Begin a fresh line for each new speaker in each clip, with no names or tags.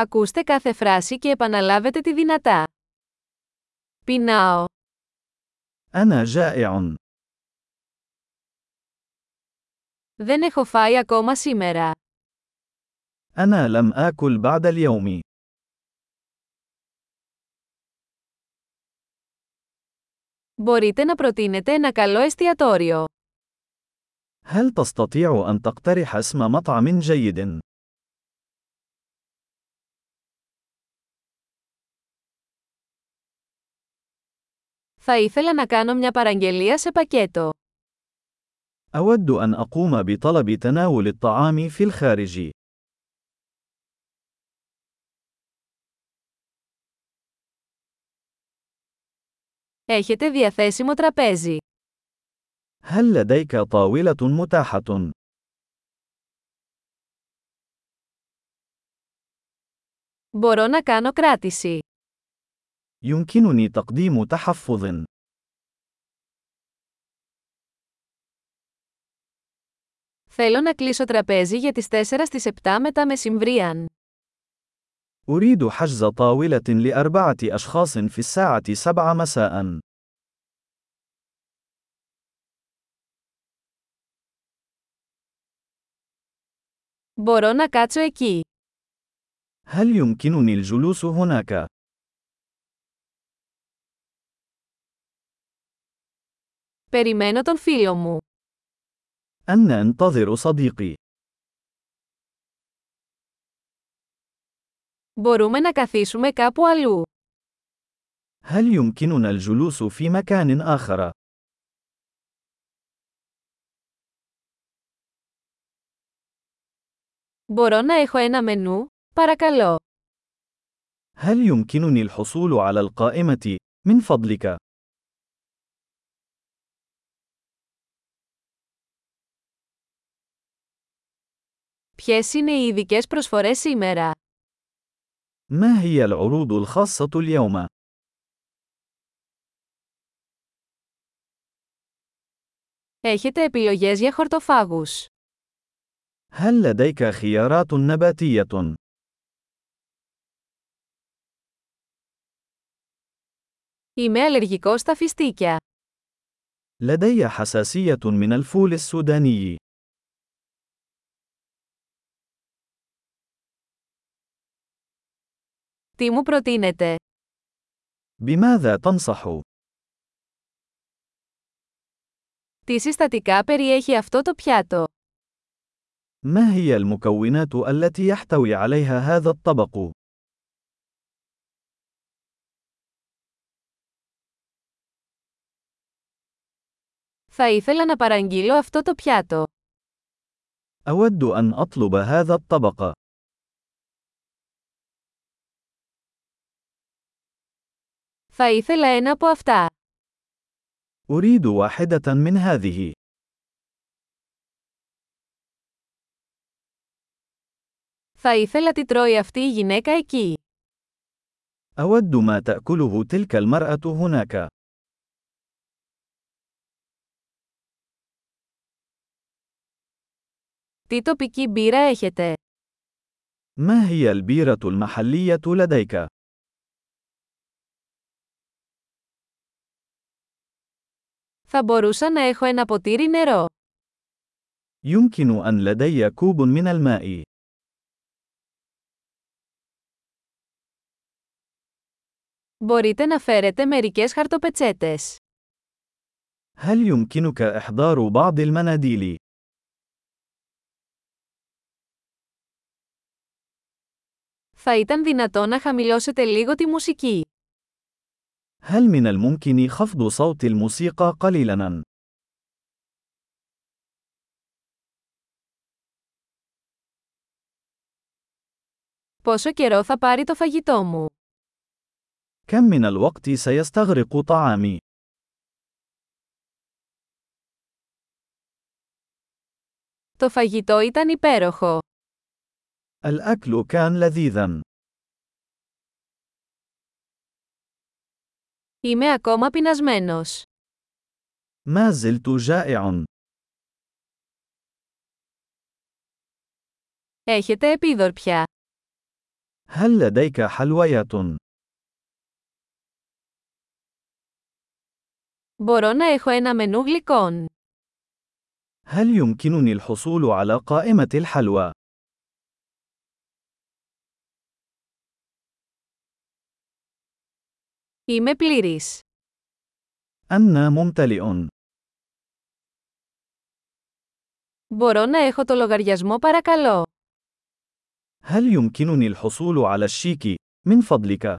Ακούστε κάθε φράση και επαναλάβετε τη δυνατά. Πεινάω.
أنا جائع.
Δεν έχω φάει ακόμα σήμερα.
أنا لم آكل بعد اليوم.
Μπορείτε να προτείνετε ένα καλό εστιατόριο.
هل تستطيع أن تقترح اسم مطعم جيد؟
Θα ήθελα να κάνω μια παραγγελία σε πακέτο.
أود أن أقوم بطلب تناول الطعام في الخارج.
Έχετε διαθέσιμο τραπέζι.
هل لديك طاولة متاحة؟
Μπορώ να κάνω κράτηση.
يمكنني تقديم تحفظ.
Θέλω να κλείσω τραπέζι για τις 4 στις 7 μετά μεσημβρίαν.
أريد حجز طاولة لأربعة أشخاص في الساعة 7 مساء.
Μπορώ να κάτσω εκεί.
هل يمكنني الجلوس هناك؟
Περιμένω τον φίλο μου.
أنا أنتظر صديقي.
Μπορούμε να καθίσουμε κάπου αλλού.
هل يمكننا الجلوس في مكان آخر؟
Μπορώ να έχω ένα μενού, παρακαλώ.
هل يمكنني الحصول على القائمة؟ من فضلك،
Ποιες είναι οι ειδικέ προσφορές σήμερα.
ما هي العروض الخاصة اليوم؟
Έχετε επιλογές για χορτοφάγους.
هل لديك خيارات نباتية؟
Είμαι αλλεργικός στα φιστίκια.
لدي حساسية من الفول السوداني.
Τι μου προτείνετε.
بماذا تنصح؟
Τι συστατικά περιέχει αυτό το πιάτο.
ما هي المكونات التي يحتوي عليها هذا الطبق؟
Θα ήθελα να παραγγείλω αυτό το πιάτο.
أود أن أطلب هذا الطبق.
Θα ήθελα ένα από αυτά.
أريد واحدة من هذه.
Θα ήθελα τι τρώει αυτή η γυναίκα εκεί.
أود ما تأكله تلك المرأة هناك.
Τι τοπική μπύρα έχετε.
ما هي البيرة المحلية لديك؟
Θα μπορούσα να έχω ένα ποτήρι νερό.
يمكن أن لدي كوب من الماء.
Μπορείτε να φέρετε μερικές χαρτοπετσέτες.
هل يمكنك إحضار بعض المناديل؟
Θα ήταν δυνατό να χαμηλώσετε λίγο τη μουσική.
هل من الممكن خفض صوت الموسيقى قليلاً؟
Πόσο καιρό θα πάρει το φαγητό μου.
كم من الوقت سيستغرق طعامي؟
Το φαγητό ήταν υπέροχο.
الأكل كان لذيذاً.
Είμαι ακόμα πεινασμένος.
ما زلت جائع.
Έχετε επίδορπια.
هل لديك حلويات؟
Μπορώ να έχω ένα μενού γλυκών.
هل يمكنني الحصول على قائمة الحلوى؟
Είμαι πλήρης.
أنا ممتلئ.
Μπορώ να έχω το λογαριασμό παρακαλώ.
هل يمكنني الحصول على الشيك؟ من فضلك.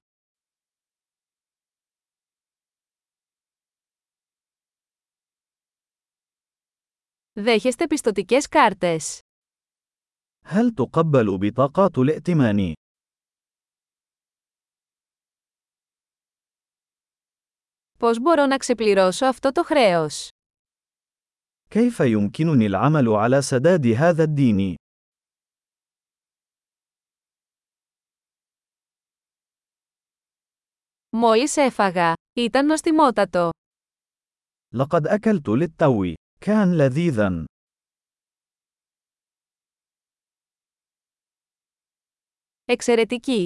Δέχεστε πιστοτικές κάρτες.
هل تقبل بطاقات الائتمان؟
Πώς μπορώ να ξεπληρώσω αυτό το χρέος.
كيف يمكنني العمل على سداد هذا الدين؟
Μόλις έφαγα. Ήταν νοστιμότατο.
لقد أكلت للتو. كان لذيذا.
Εξαιρετική!